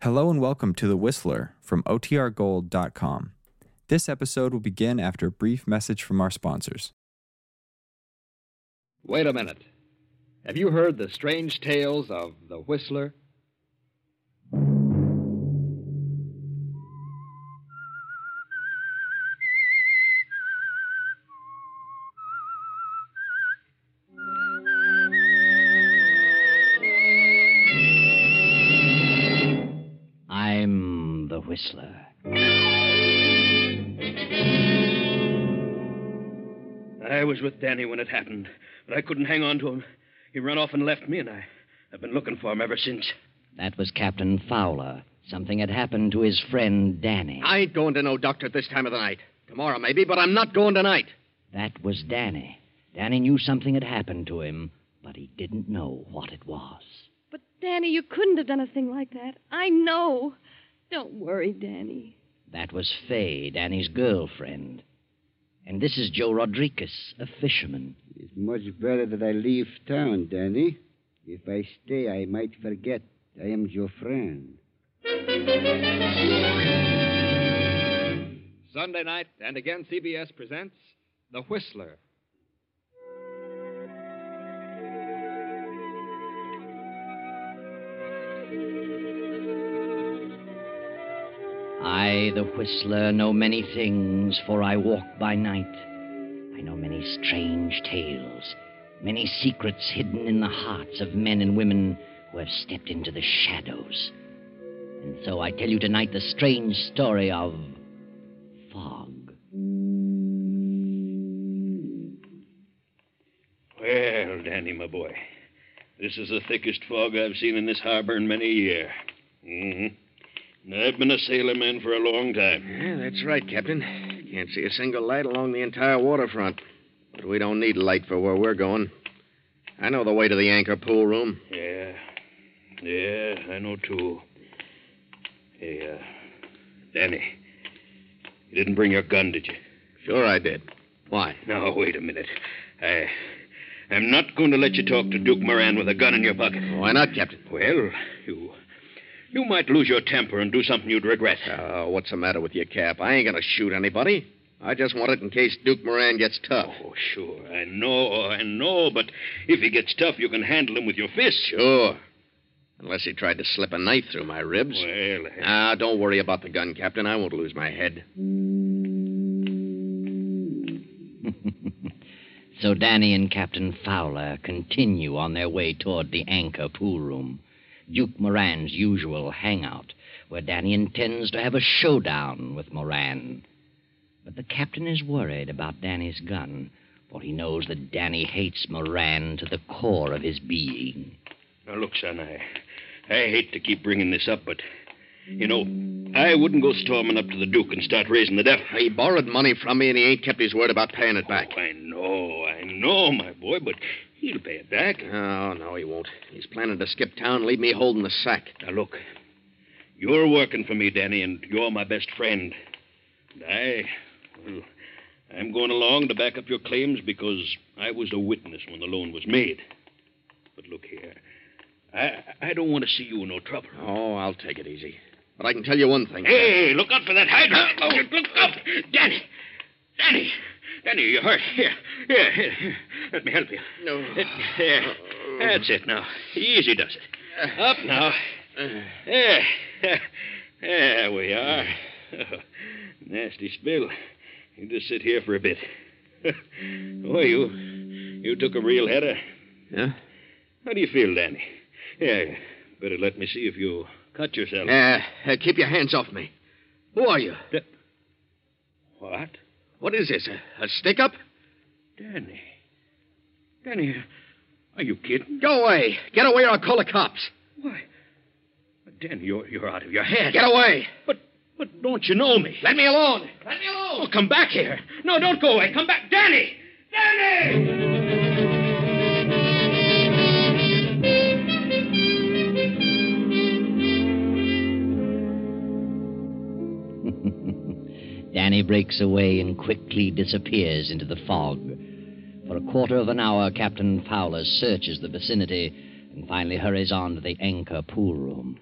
Hello and welcome to The Whistler from OTRGold.com. This episode will begin after a brief message from our sponsors. Wait a minute. Have you heard the strange tales of The Whistler? I'm the Whistler. I was with Danny when it happened, but I couldn't hang on to him. He ran off and left me, and I, I've been looking for him ever since. That was Captain Fowler. Something had happened to his friend Danny. I ain't going to no doctor at this time of the night. Tomorrow, maybe, but I'm not going tonight. That was Danny. Danny knew something had happened to him, but he didn't know what it was. But, Danny, you couldn't have done a thing like that. I know. Don't worry, Danny. That was Fay, Danny's girlfriend. And this is Joe Rodriguez, a fisherman. It's much better that I leave town, Danny. If I stay, I might forget I am your friend. Sunday night, and again CBS presents The Whistler. I, the Whistler, know many things, for I walk by night. I know many strange tales, many secrets hidden in the hearts of men and women who have stepped into the shadows. And so I tell you tonight the strange story of fog. Well, Danny, my boy, this is the thickest fog I've seen in this harbor in many a year. Mm-hmm. I've been a sailor man for a long time. Yeah, that's right, Captain. Can't see a single light along the entire waterfront. But we don't need light for where we're going. I know the way to the anchor pool room. Yeah. Yeah, I know, too. Hey, uh, Danny, you didn't bring your gun, did you? Sure I did. Why? Now, wait a minute. I. I'm not going to let you talk to Duke Moran with a gun in your pocket. Why not, Captain? Well, you. You might lose your temper and do something you'd regret. Oh, what's the matter with you, Cap? I ain't gonna shoot anybody. I just want it in case Duke Moran gets tough. Oh, sure. I know, I know, but if he gets tough, you can handle him with your fist. Sure. Unless he tried to slip a knife through my ribs. Well, uh, I- Ah, don't worry about the gun, Captain. I won't lose my head. So Danny and Captain Fowler continue on their way toward the anchor pool room, Duke Moran's usual hangout, where Danny intends to have a showdown with Moran. But the captain is worried about Danny's gun, for he knows that Danny hates Moran to the core of his being. now look, son, I, I hate to keep bringing this up, but you know, I wouldn't go storming up to the Duke and start raising the debt. He borrowed money from me, and he ain't kept his word about paying it back. Oh, I know, I know, my boy, but he'll pay it back. Oh, no, he won't. He's planning to skip town and leave me holding the sack. Now look, you're working for me, Danny, and you're my best friend. And I, well, I'm going along to back up your claims because I was a witness when the loan was made. But look here, I I don't want to see you in no trouble. Oh, I'll take it easy. But I can tell you one thing. Hey, look out for that hydrant! Oh, look out, Danny, Danny, Danny, you're hurt. Here, here, here, here. let me help you. No. There. That's it now. Easy does it. Up now. There. There we are. Nasty spill. You just sit here for a bit. Oh, you you took a real header. Yeah? How do you feel, Danny? Yeah, better let me see if you cut yourself. Uh, uh, keep your hands off me. Who are you? What? What is this? A, a stick up? Danny. Danny, are you kidding? Go away. Get away or I'll call the cops. Why? Danny, you're, you're out of your head. Get away. But, but don't you know me? Let me alone. Let me alone. Oh, come back here. No, don't go away. Come back. Danny! Danny! Danny breaks away and quickly disappears into the fog. For a quarter of an hour, Captain Fowler searches the vicinity and finally hurries on to the anchor pool room.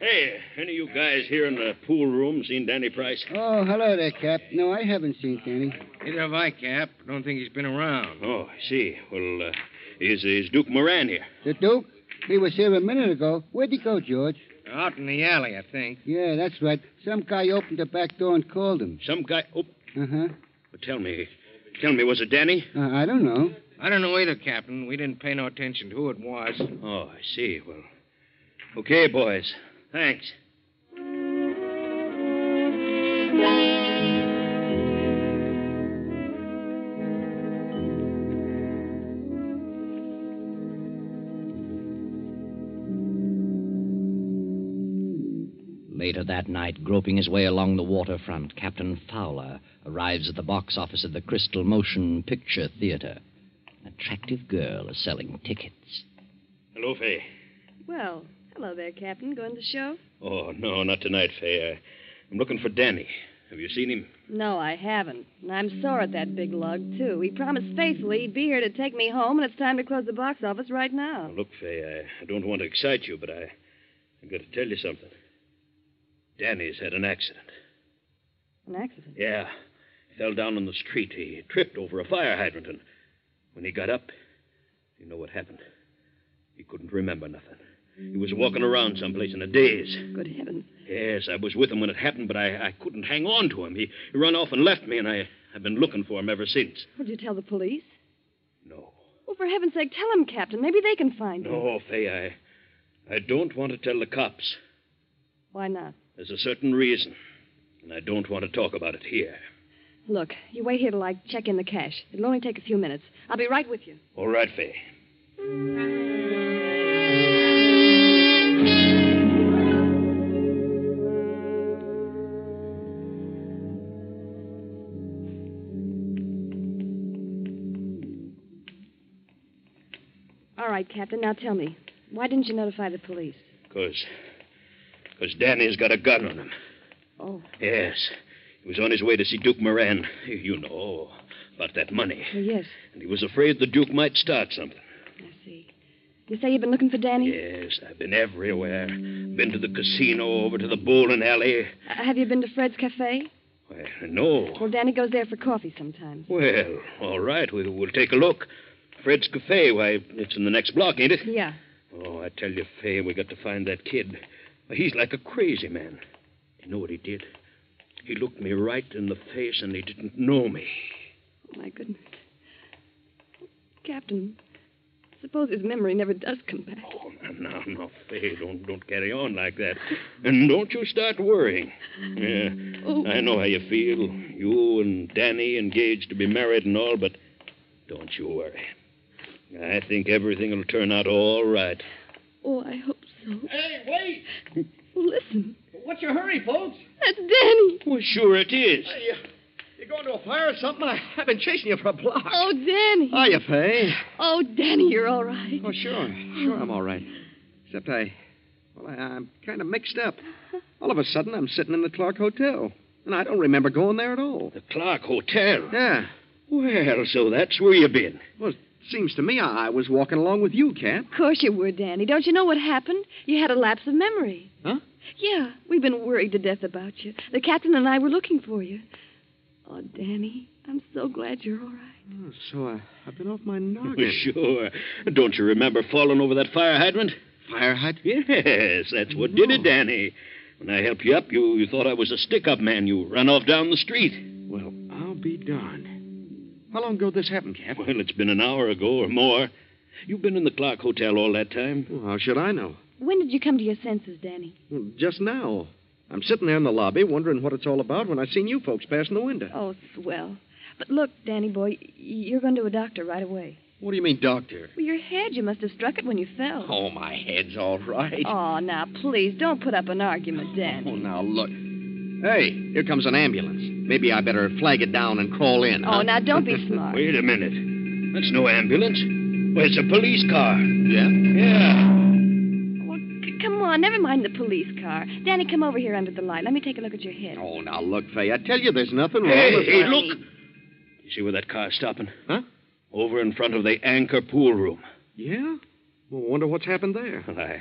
Say, any of you guys here in the pool room seen Danny Price? Oh, hello there, Cap. No, I haven't seen Danny. Neither have I, Cap. Don't think he's been around. Oh, I see. Well, uh, is, is Duke Moran here? The Duke? He was here a minute ago. Where'd he go, George? Out in the alley, I think. Yeah, that's right. Some guy opened the back door and called him. Some guy. Oh, Uh-huh. tell me. Tell me, was it Danny? Uh, I don't know. I don't know either, Captain. We didn't pay no attention to who it was. Oh, I see. Well, okay, boys. Thanks. Later that night, groping his way along the waterfront, Captain Fowler arrives at the box office of the Crystal Motion Picture Theater. An attractive girl is selling tickets. Hello, Fay. Well, hello there, Captain. Going to the show? Oh, no, not tonight, Fay. I, I'm looking for Danny. Have you seen him? No, I haven't. And I'm sore at that big lug, too. He promised faithfully he'd be here to take me home, and it's time to close the box office right now. Oh, Look, Fay, I, I don't want to excite you, but I, I've got to tell you something. Danny's had an accident. An accident. Yeah. Fell down on the street. He tripped over a fire hydrant, and when he got up, you know what happened. He couldn't remember nothing. He was walking around someplace in a daze. Good heavens. Yes, I was with him when it happened, but I, I couldn't hang on to him. He, he run off and left me, and I, I've been looking for him ever since. Would you tell the police? No. Well, for heaven's sake, tell him, Captain. Maybe they can find him. No, Fay, Oh, I, I don't want to tell the cops. Why not? There's a certain reason, and I don't want to talk about it here. Look, you wait here till I check in the cash. It'll only take a few minutes. I'll be right with you. All right, Fay. All right, Captain. Now tell me, why didn't you notify the police? Because. Because Danny's got a gun on him. Oh, Yes. He was on his way to see Duke Moran. You know about that money. well, yes, And he was afraid the Duke might start something. I see. You say you've been looking for Danny? Yes, I've been everywhere. Been to the casino, over to the bowling alley. Uh, have you been to Fred's Cafe? Well, no. Well, Danny goes there for coffee sometimes. Well, all right, we, we'll take a look. Fred's Cafe, why, it's in the next block, ain't it? Yeah. Oh, I tell you, Fay, we got to find that kid. He's like a crazy man. You know what he did? He looked me right in the face and he didn't know me. Oh, my goodness. Captain, suppose his memory never does come back. Oh, now, now, Fay, don't, don't carry on like that. And don't you start worrying. Yeah, Oh. I know how you feel. You and Danny engaged to be married and all, but don't you worry. I think everything will turn out all right. Oh, I hope so. Hey, wait! Well, listen, What's your hurry, folks? that's Danny. Well, sure it is. you, uh, you going to a fire or something? I, I've been chasing you for a block. Oh, Danny. Are you, Fay? Oh, Danny, you're all right. Oh, sure. Sure, I'm all right. Except I. Well, I, I'm kind of mixed up. All of a sudden, I'm sitting in the Clark Hotel, and I don't remember going there at all. The Clark Hotel. Yeah. Well, so that's where you been. Seems to me I, I was walking along with you, Cap. Of course you were, Danny. Don't you know what happened? You had a lapse of memory. Huh? Yeah, we've been worried to death about you. The captain and I were looking for you. Oh, Danny, I'm so glad you're all right. Oh, so I, I've been off my Well, noggin. Sure. Don't you remember falling over that fire hydrant? Fire hydrant? Yes, that's what did it, Danny. When I helped you up, you, you thought I was a stick up man. You ran off down the street. Well, I'll be darned. How long ago this happened, Cap? Well, it's been an hour ago or more. You've been in the Clark Hotel all that time. Well, how should I know? When did you come to your senses, Danny? Well, just now. I'm sitting there in the lobby wondering what it's all about when I seen you folks passing the window. Oh, swell. But look, Danny boy, y- you're going to a doctor right away. What do you mean, doctor? Well, your head, you must have struck it when you fell. Oh, my head's all right. Oh, now, please, don't put up an argument, Oh, Danny. now look. Hey, here comes an ambulance. Maybe I better flag it down and crawl in. Oh, now, don't be smart. Wait a minute. That's no ambulance. Well, it's a police car. Yeah? Yeah. Well, c- come on, never mind the police car. Danny, come over here under the light. Let me take a look at your head. Oh, now look, Fay. I tell you, there's nothing wrong Hey, with hey, look. You see where that car's stopping? Huh? Over in front of the anchor pool room. Yeah? Well, wonder what's happened there. Well, I,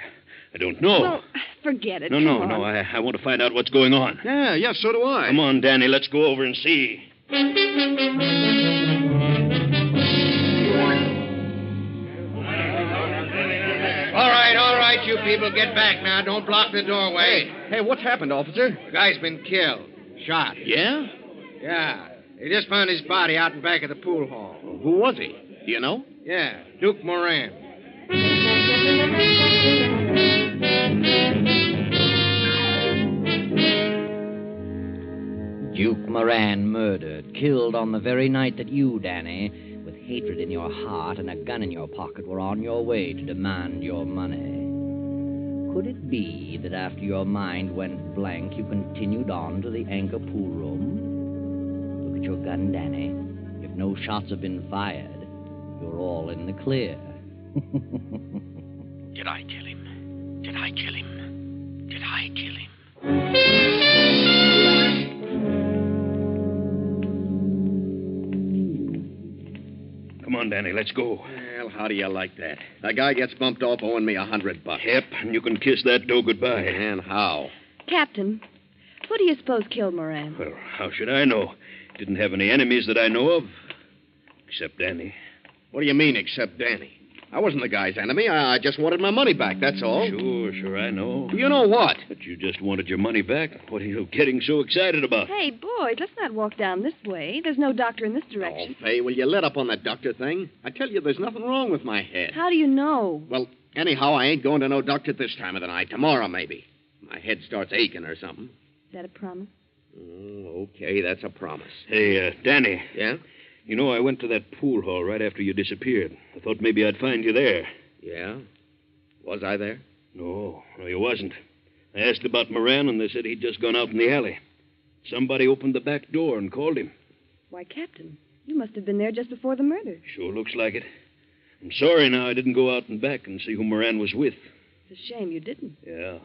I don't know. Well, Forget it. Oh. No, no, Come no. on. I, I want to find out what's going on. Yeah, yeah, so do I. Come on, Danny. Let's go over and see. All right, all right, you people, get back now. Don't block the doorway. Hey, what's happened, officer? The guy's been killed. Shot. Yeah? Yeah. They just found his body out in back of the pool hall. Who was he? Do you know? Yeah, Duke Moran. Duke Moran murdered, killed on the very night that you, Danny, with hatred in your heart and a gun in your pocket, were on your way to demand your money. Could it be that after your mind went blank, you continued on to the anchor pool room? Look at your gun, Danny. If no shots have been fired, you're all in the clear. Did I kill him? Did I kill him? Did I kill him? Come on, Danny. Let's go. Well, how do you like that? The guy gets bumped off owing me a hundred bucks. Yep, and you can kiss that dough goodbye. And how? Captain, who do you suppose killed Moran? Well, how should I know? Didn't have any enemies that I know of. Except Danny. What do you mean, except Danny? I wasn't the guy's enemy. I, I just wanted my money back, that's all. Sure, sure, I know. Oh. You know what? But you just wanted your money back. What are you getting so excited about? Hey, boys, let's not walk down this way. There's no doctor in this direction. Oh, Fay, will you let up on the doctor thing? I tell you, there's nothing wrong with my Oh. head. How do you know? Well, anyhow, I ain't going to no doctor this time of the night. Tomorrow, maybe. My head starts aching or something. Is that a promise? Oh, okay, that's a promise. Hey, uh, Danny. Yeah? You know, I went to that pool hall right after you disappeared. I thought maybe I'd find you there. Yeah? Was I there? No, no, you wasn't. I asked about Moran, and they said he'd just gone out in the alley. Somebody opened the back door and called him. Why, Captain, you must have been there just before the murder. Sure looks like it. I'm sorry now I didn't go out and back and see who Moran was with. It's a shame you didn't. Yeah.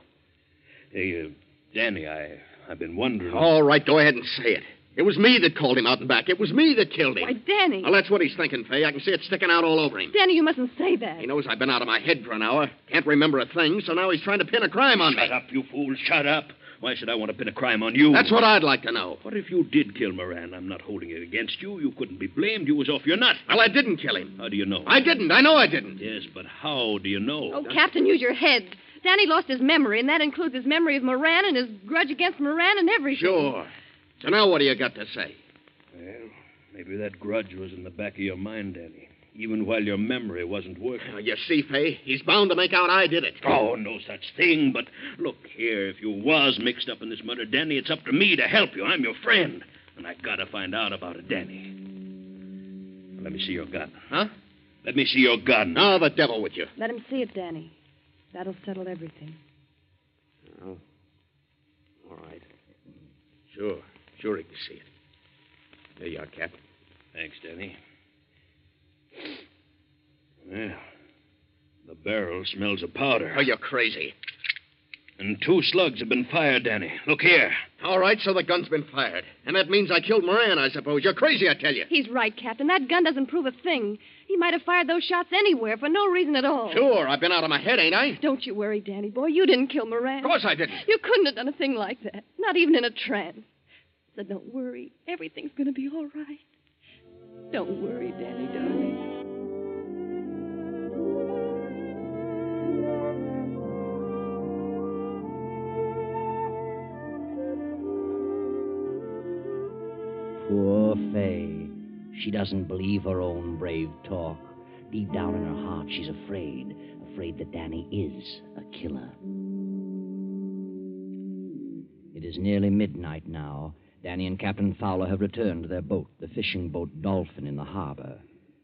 Hey, uh, Danny, I, I've been wondering. All right, go ahead and say it. It was me that called him out and back. It was me that killed him. Why, Danny. Well, that's what he's thinking, Fay. I can see it sticking out all over him. Danny, you mustn't say that. He knows I've been out of my head for an hour. Can't remember a thing, so now he's trying to pin a crime on me. Shut up, you fool. Shut up. Why should I want to pin a crime on you? That's what I'd like to know. What if you did kill Moran? I'm not holding it against you. You couldn't be blamed. You was off your nut. Well, I didn't kill him. How do you know? I didn't. I know I didn't. Yes, but how do you know? Oh, Captain, use your head. Danny lost his memory, and that includes his memory of Moran and his grudge against Moran and everything. Sure. So now what do you got to say? Well, maybe that grudge was in the back of your mind, Danny, even while your memory wasn't working. Now, Ah, you see, Fay, he's bound to make out I did it. Oh, no such thing, but look here. If you was mixed up in this murder, Danny, it's up to me to help you. I'm your friend, and I gotta find out about it, Danny. Let me see your gun. Huh? Let me see your gun. Now the devil with you. Let him see it, Danny. That'll settle everything. Oh. All right. Sure. Sure, he can see it. There you are, Captain. Thanks, Danny. Well, the barrel smells of powder. Oh, you're crazy. And two slugs have been fired, Danny. Look here. All right, so the gun's been fired. And that means I killed Moran, I suppose. You're crazy, I tell you. He's right, Captain. That gun doesn't prove a thing. He might have fired those shots anywhere for no reason at all. Sure, I've been out of my head, ain't I? Don't you worry, Danny boy. You didn't kill Moran. Of course I didn't. You couldn't have done a thing like that. Not even in a trance. So don't worry. Everything's going to be all right. Don't worry, Danny, darling. Poor Fay. She doesn't believe her own brave talk. Deep down in her heart, she's afraid. Afraid that Danny is a killer. It is nearly midnight now. Danny and Captain Fowler have returned to their boat, the fishing boat Dolphin, in the harbor.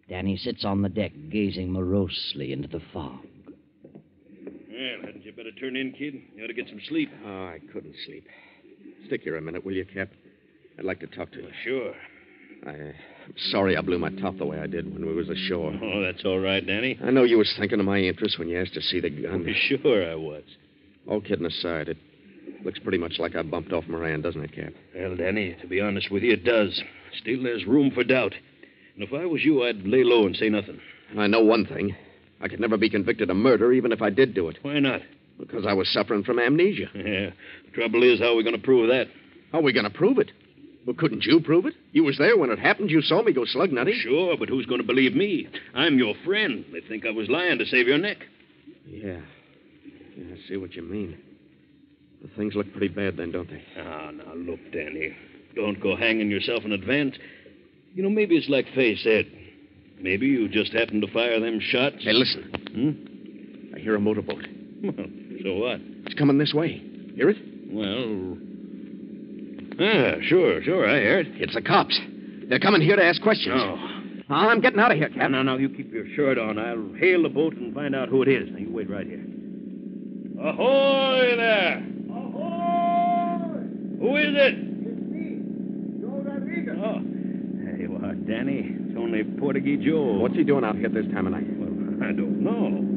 Danny sits on the deck, gazing morosely into the fog. Well, hadn't you better turn in, kid? You ought to get some sleep. Oh, I couldn't sleep. Stick here a minute, will you, Cap? I'd like to talk to you. Sure. I, uh, I'm sorry I blew my top the way I did when we was ashore. Oh, that's all right, Danny. I know you was thinking of my interest when you asked to see the gun. Sure I was. All kidding aside, it looks pretty much like I bumped off Moran, doesn't it, Cap? Well, Danny, to be honest with you, it does. Still, there's room for doubt. And if I was you, I'd lay low and say nothing. And I know one thing. I could never be convicted of murder, even if I did do it. Why not? Because I was suffering from amnesia. Yeah. The trouble is, how are we going to prove that? How are we going to prove it? Well, couldn't you prove it? You was there when it happened. You saw me go slug nutty. Sure, but who's going to believe me? I'm your friend. They think I was lying to save your neck. Yeah. yeah. I see what you mean. The things look pretty bad then, don't they? Ah, now look, Danny. Don't go hanging yourself in advance. You know, maybe it's like Fay said. Maybe you just happened to fire them shots. Hey, listen. Hmm? I hear a motorboat. Well, so what? It's coming this way. Hear it? Well. Ah, sure, sure, I heard. It's the cops. They're coming here to ask questions. No. I'm getting out of here, No, Captain. no, no. You keep your shirt on. I'll hail the boat and find out who it is. Now, you wait right here. Ahoy there! Ahoy! Who is it? It's me, Joe Rodriguez. Oh. There you are, uh, Danny. It's only Portuguese Joe. What's he doing out here this time of night? Well, I don't know.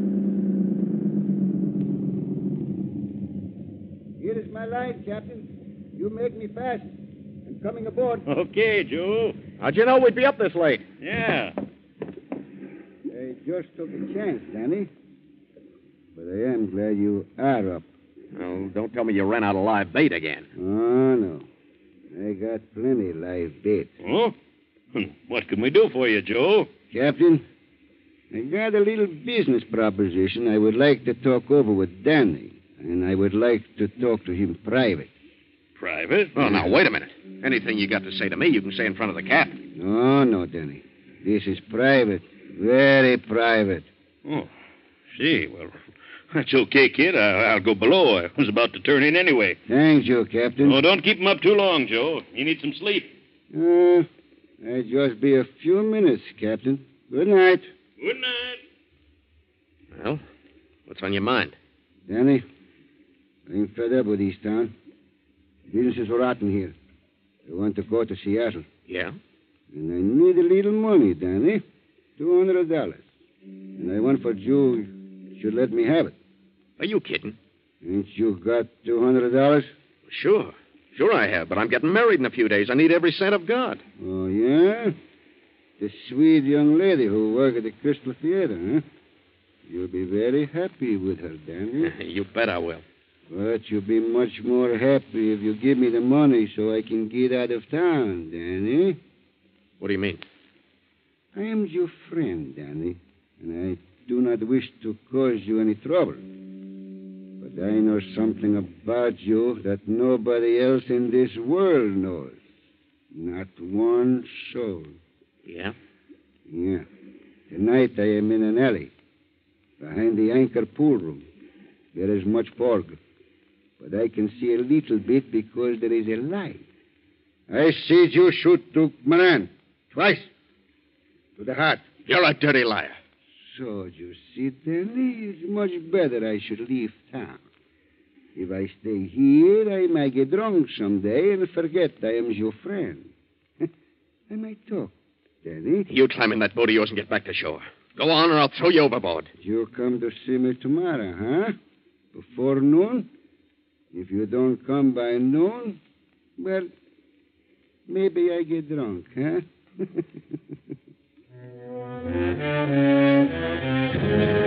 Here is my line, Captain. You make me fast. I'm coming aboard. Okay, Joe. How'd you know we'd be up this late? Yeah. I just took a chance, Danny. But I am glad you are up. Oh, don't tell me you ran out of live bait again. Oh, no. I got plenty live bait. Oh? Hmm, What can we do for you, Joe? Captain, I got a little business proposition I would like to talk over with Danny, and I would like to talk to him private. Private? Oh, now, wait a minute. Anything you got to say to me, you can say in front of the captain. No, no, Danny. This is private. Very private. Oh, see, well, that's okay, kid. I, I'll go below. I was about to turn in anyway. Thank you, Captain. Oh, don't keep him up too long, Joe. You need some sleep. Uh, I'll just be a few minutes, Captain. Good night. Good night. Well, what's on your mind? Danny, I'm fed up with East Town. Business is rotten here. I want to go to Seattle. Yeah? And I need a little money, Danny. Two hundred dollars. And I want for you should let me have it. Are you kidding? Ain't you got two hundred dollars? Sure. Sure I have, but I'm getting married in a few days. I need every cent I've got. Oh, yeah? The sweet young lady who worked at the Crystal Theater, huh? You'll be very happy with her, Danny. you bet I will. But you'll be much more happy if you give me the money so I can get out of town, Danny. What do you mean? I am your friend, Danny, and I do not wish to cause you any trouble. But I know something about you that nobody else in this world knows. Not one soul. Yeah? Yeah. Tonight I am in an alley. Behind the anchor pool room. There is much fog. But I can see a little bit because there is a light. I see you shoot Duke Moran. Twice. To the heart. You're a dirty liar. So you see, Danny, it's much better I should leave town. If I stay here, I might get drunk someday and forget I am your friend. I might talk, Danny. You climb in that boat of yours and get back to shore. Go on, or I'll throw you overboard. You come to see me tomorrow, huh? Before noon? If you don't come by noon, well, maybe I get drunk, huh?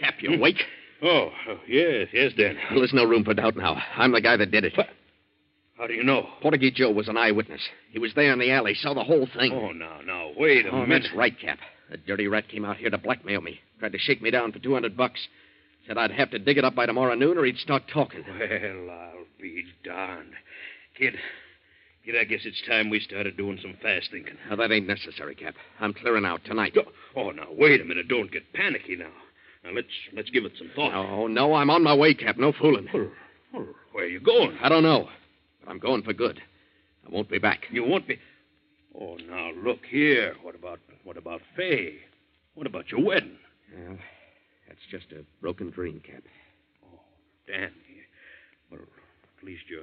Cap, you awake? Oh, yes, yes, Dan. Well, there's no room for doubt now. I'm the guy that did it. What? How do you know? Portuguese Joe was an eyewitness. He was there in the alley, saw the whole thing. Oh, now, now, wait a Oh, minute. that's right, Cap. That dirty rat came out here to blackmail me. Tried to shake me down for 200 bucks. Said I'd have to dig it up by tomorrow noon or he'd start talking. Well, I'll be darned. Kid, kid, I guess it's time we started doing some fast thinking. Now, that ain't necessary, Cap. I'm clearing out tonight. Oh, now, wait a minute. Don't get panicky now. Now, let's, let's give it some thought. Oh, no, I'm on my way, Cap. No fooling. Well, well, Where are you going? I don't know. But I'm going for good. I won't be back. You won't be. Oh, now look here. What about what about Fay? What about your wedding, Well, that's just a broken dream, Cap. Danny? Oh, Well, at least you're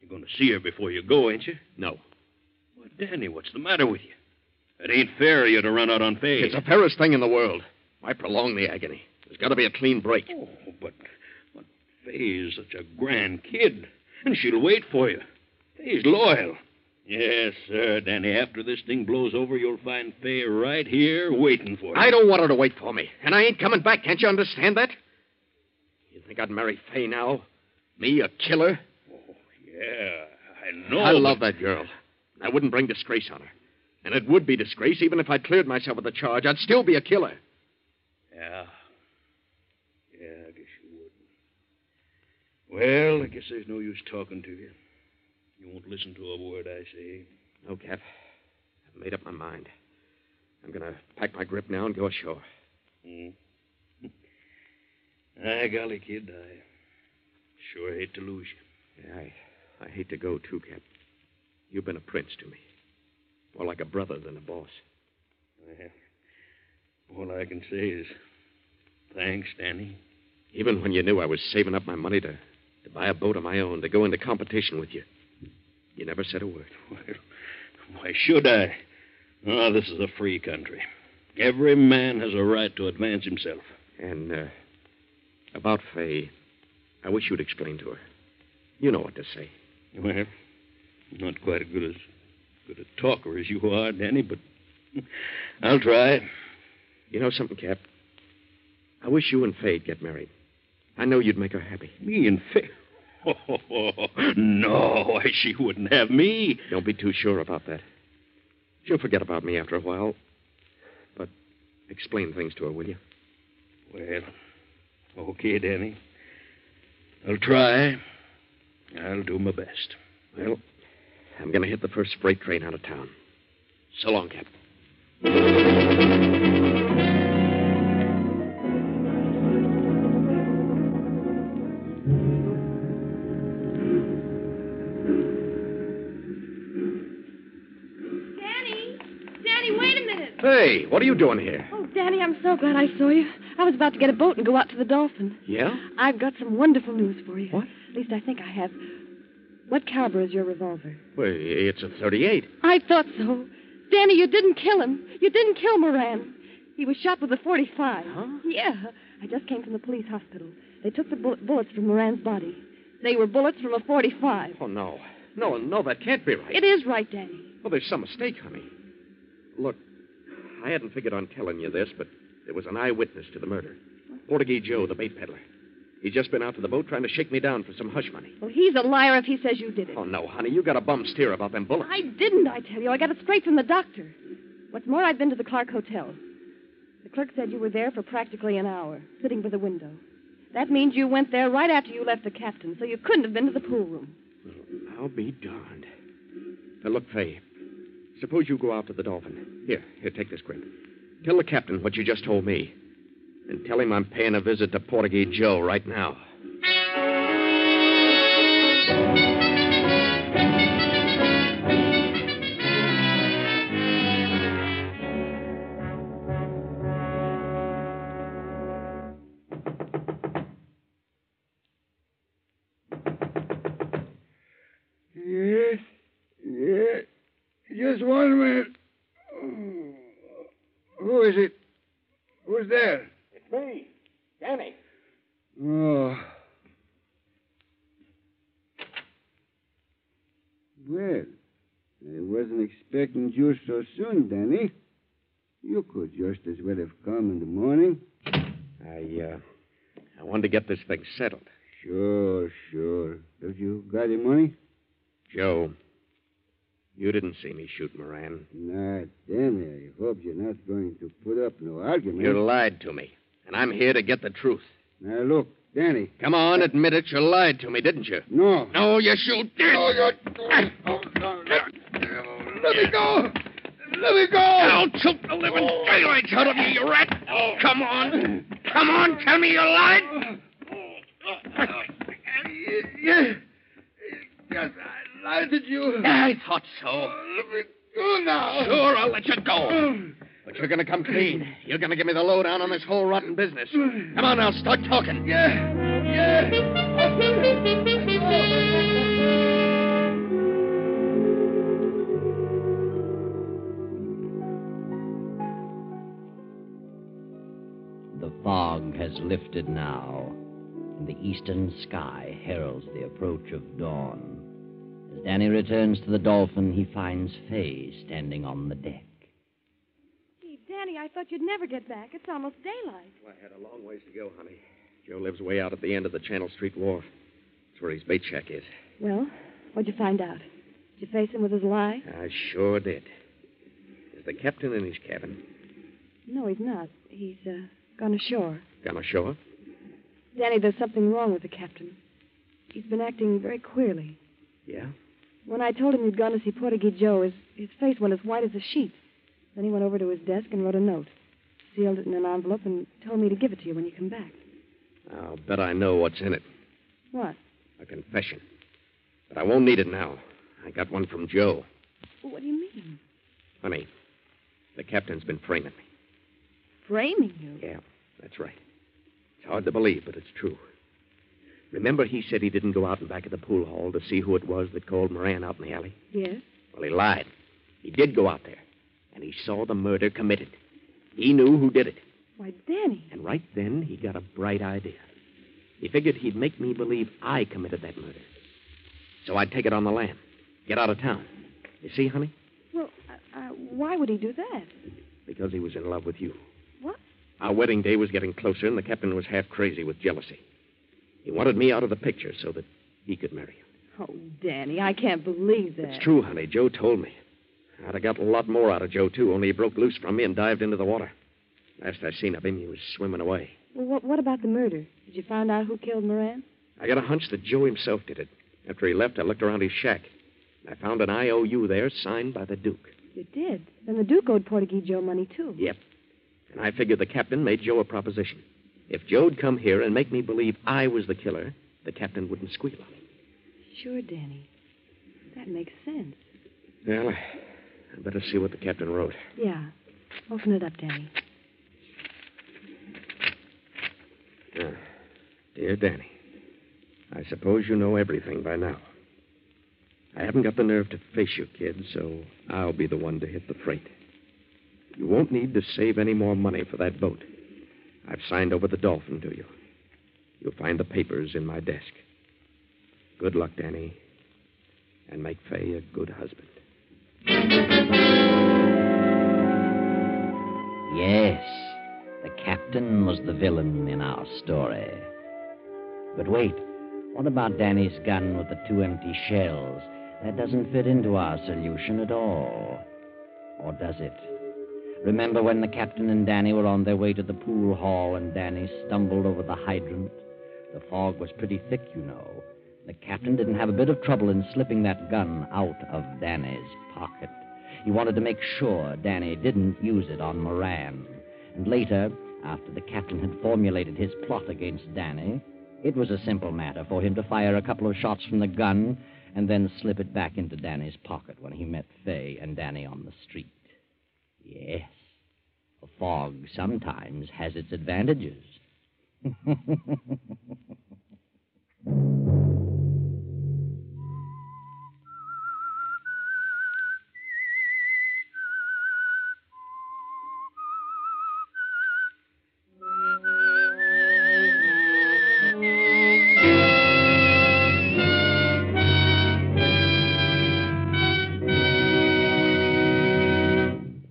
you're going to see her before you go, ain't you? No. Well, Danny, what's the matter with you? It ain't fair of you to run out on Fay. It's the fairest thing in the world. Why prolong the agony? There's got to be a clean break. Oh, but but Fay is such a grand kid, and she'll wait for you. He's loyal. Yes, sir, Danny. After this thing blows over, you'll find Fay right here waiting for you. I don't want her to wait for me, and I ain't coming back. Can't you understand that? You think I'd marry Fay now? Me, a killer? Yeah, I know. I love that girl. I wouldn't bring disgrace on her. And it would be disgrace even if I cleared myself of the charge. I'd still be a killer. Yeah. Yeah, I guess you would. Well, I guess there's no use talking to you. You won't listen to a word I say. No, Cap. I've made up my mind. I'm going to pack my grip now and go ashore. Mm. Aye, Ah, golly, kid, I sure hate to lose you. Yeah, I, I hate to go, too, Cap. You've been a prince to me. More like a brother than a boss. Well, all I can say is thanks, Danny. Even when you knew I was saving up my money to, to buy a boat of my own, to go into competition with you, you never said a word. Well, why should I? Oh, this is a free country. Every man has a right to advance himself. And uh, about Fay, I wish you'd explain to her. You know what to say. Well, not quite as good as good a talker as you are, Danny, but I'll try. You know something, Cap? I wish you and Fay'd get married. I know you'd make her happy. Me and Fay. no, why, she wouldn't have me. Don't be too sure about that. She'll forget about me after a while. But explain things to her, will you? Well, okay, Danny. I'll try. I'll do my best. Well, I'm going to hit the first freight train out of town. So long, Cap. Danny! Danny, wait a minute! Hey, what are you doing here? Oh, Danny, I'm so glad I saw you. I was about to get a boat and go out to the Dolphin. Yeah? I've got some wonderful news for you. What? At least I think I have. What caliber is your revolver? Well, it's a 38. I thought so. Danny, you didn't kill him. You didn't kill Moran. He was shot with a 45. Huh? Yeah. I just came from the police hospital. They took the bullet bullets from Moran's body. They were bullets from a 45. Oh, no. No, no, that can't be right. It is right, Danny. Well, there's some mistake, honey. Look, I hadn't figured on telling you this, but there was an eyewitness to the murder. Portuguese Joe, the bait peddler. He's just been out to the boat trying to shake me down for some hush money. Well, he's a liar if he says you did it. Oh, no, honey, you got a bum steer about them bullets. I didn't, I tell you. I got it straight from the doctor. What's more, I've been to the Clark Hotel. The clerk said you were there for practically an hour, sitting by the window. That means you went there right after you left the captain, so you couldn't have been to the pool room. I'll be darned. Now, look, Fay, suppose you go out to the Dolphin. Here, here, take this grip. Tell the captain what you just told me. And tell him I'm paying a visit to Portuguese Joe right now. Yes, yes. Just one minute. Who is it? Who's there? Me, Danny. Oh. Well, I wasn't expecting you so soon, Danny. You could just as well have come in the morning. I, uh, I wanted to get this thing settled. Sure, sure. Have you got any money? Joe, you didn't see me shoot Moran. Nah, Danny, I hope you're not going to put up no argument. You lied to me, and I'm here to get the truth. Now, look, Danny. Come on, admit it. You lied to me, didn't you? No. No, you Ah. shoot. Oh, you... oh, no, let, let me go. Let me go. Oh. I'll choke the living daylights out of you, you rat. Come on. Come on, tell me you lied. Oh, uh, Yes. Yes, I lied to you. Oh, I thought so. Let me go now. Um. Sure, I'll let you go. But you're going to come clean. You're going to give me the lowdown on this whole rotten business. Come on now, start talking. Mm. Yeah. Yeah. The fog has lifted now, and the eastern sky heralds the approach of dawn. As Danny returns to the dolphin, he finds Fay standing on the deck. Gee, Danny, I thought you'd never get back. It's almost daylight. Well, I had a long ways to go, honey. Joe lives way out at the end of the Channel Street Wharf. That's where his bait shack is. Well, what'd you find out? Did you face him with his lie? I sure did. Is the captain in his cabin? No, he's not. He's uh, gone ashore. Gone ashore? Danny, there's something wrong with the captain. He's been acting very queerly. Yeah? When I told him you'd gone to see Portuguese Joe, his, his face went as white as a sheet. Then he went over to his desk and wrote a note, sealed it in an envelope, and told me to give it to you when you come back. I'll bet I know what's in it. What? A confession. But I won't need it now. I got one from Joe. What do you mean? Honey, the captain's been framing me. Framing you? Yeah, that's right. It's hard to believe, but it's true. Remember, he said he didn't go out and back of the pool hall to see who it was that called Moran out in the alley? Yes. Well, he lied. He did go out there, and he saw the murder committed. He knew who did it. Why, Danny. And right then, he got a bright idea. He figured he'd make me believe I committed that murder. So I'd take it on the lam, get out of town. You see, honey? Well, uh, uh, why would he do that? Because he was in love with you. What? Our wedding day was getting closer, and the captain was half crazy with jealousy. He wanted me out of the picture so that he could marry you. Oh, Danny, I can't believe that. It's true, honey. Joe told me. I'd have got a lot more out of Joe, too, only he broke loose from me and dived into the water. Last I seen of him, he was swimming away. Well, what, what about the murder? Did you find out who killed Moran? I got a hunch that Joe himself did it. After he left, I looked around his shack. and I found an IOU there signed by the Duke. You did. Then the Duke owed Portuguese Joe money, too. Yep. And I figured the captain made Joe a proposition. If Joe'd come here and make me believe I was the killer, the captain wouldn't squeal on him. Sure, Danny. That makes sense. Well, I better see what the captain wrote. Yeah. Open it up, Danny. Ah, dear Danny, I suppose you know everything by now. I haven't got the nerve to face you, kid, so I'll be the one to hit the freight. You won't need to save any more money for that boat. I've signed over the Dolphin to you. You'll find the papers in my desk. Good luck, Danny, and make Fay a good husband. Yes, the captain was the villain in our story. But wait, what about Danny's gun with the two empty shells? That doesn't fit into our solution at all. Or does it? Remember when the captain and Danny were on their way to the pool hall and Danny stumbled over the hydrant? The fog was pretty thick, you know. The captain didn't have a bit of trouble in slipping that gun out of Danny's pocket. He wanted to make sure Danny didn't use it on Moran. And later, after the captain had formulated his plot against Danny, it was a simple matter for him to fire a couple of shots from the gun and then slip it back into Danny's pocket when he met Fay and Danny on the street. Yes, a fog sometimes has its advantages.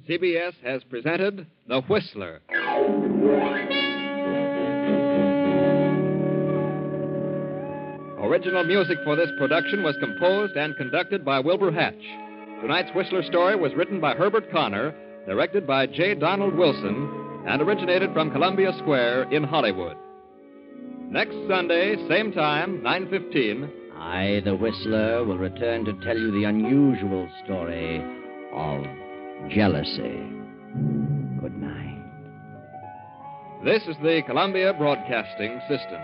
CBS has presented The Whistler. Original music for this production was composed and conducted by Wilbur Hatch. Tonight's Whistler story was written by Herbert Connor, directed by J. Donald Wilson, and originated from Columbia Square in Hollywood. Next Sunday, same time, 9:15, I, the Whistler, will return to tell you the unusual story of jealousy. Good night. this is the Columbia Broadcasting System.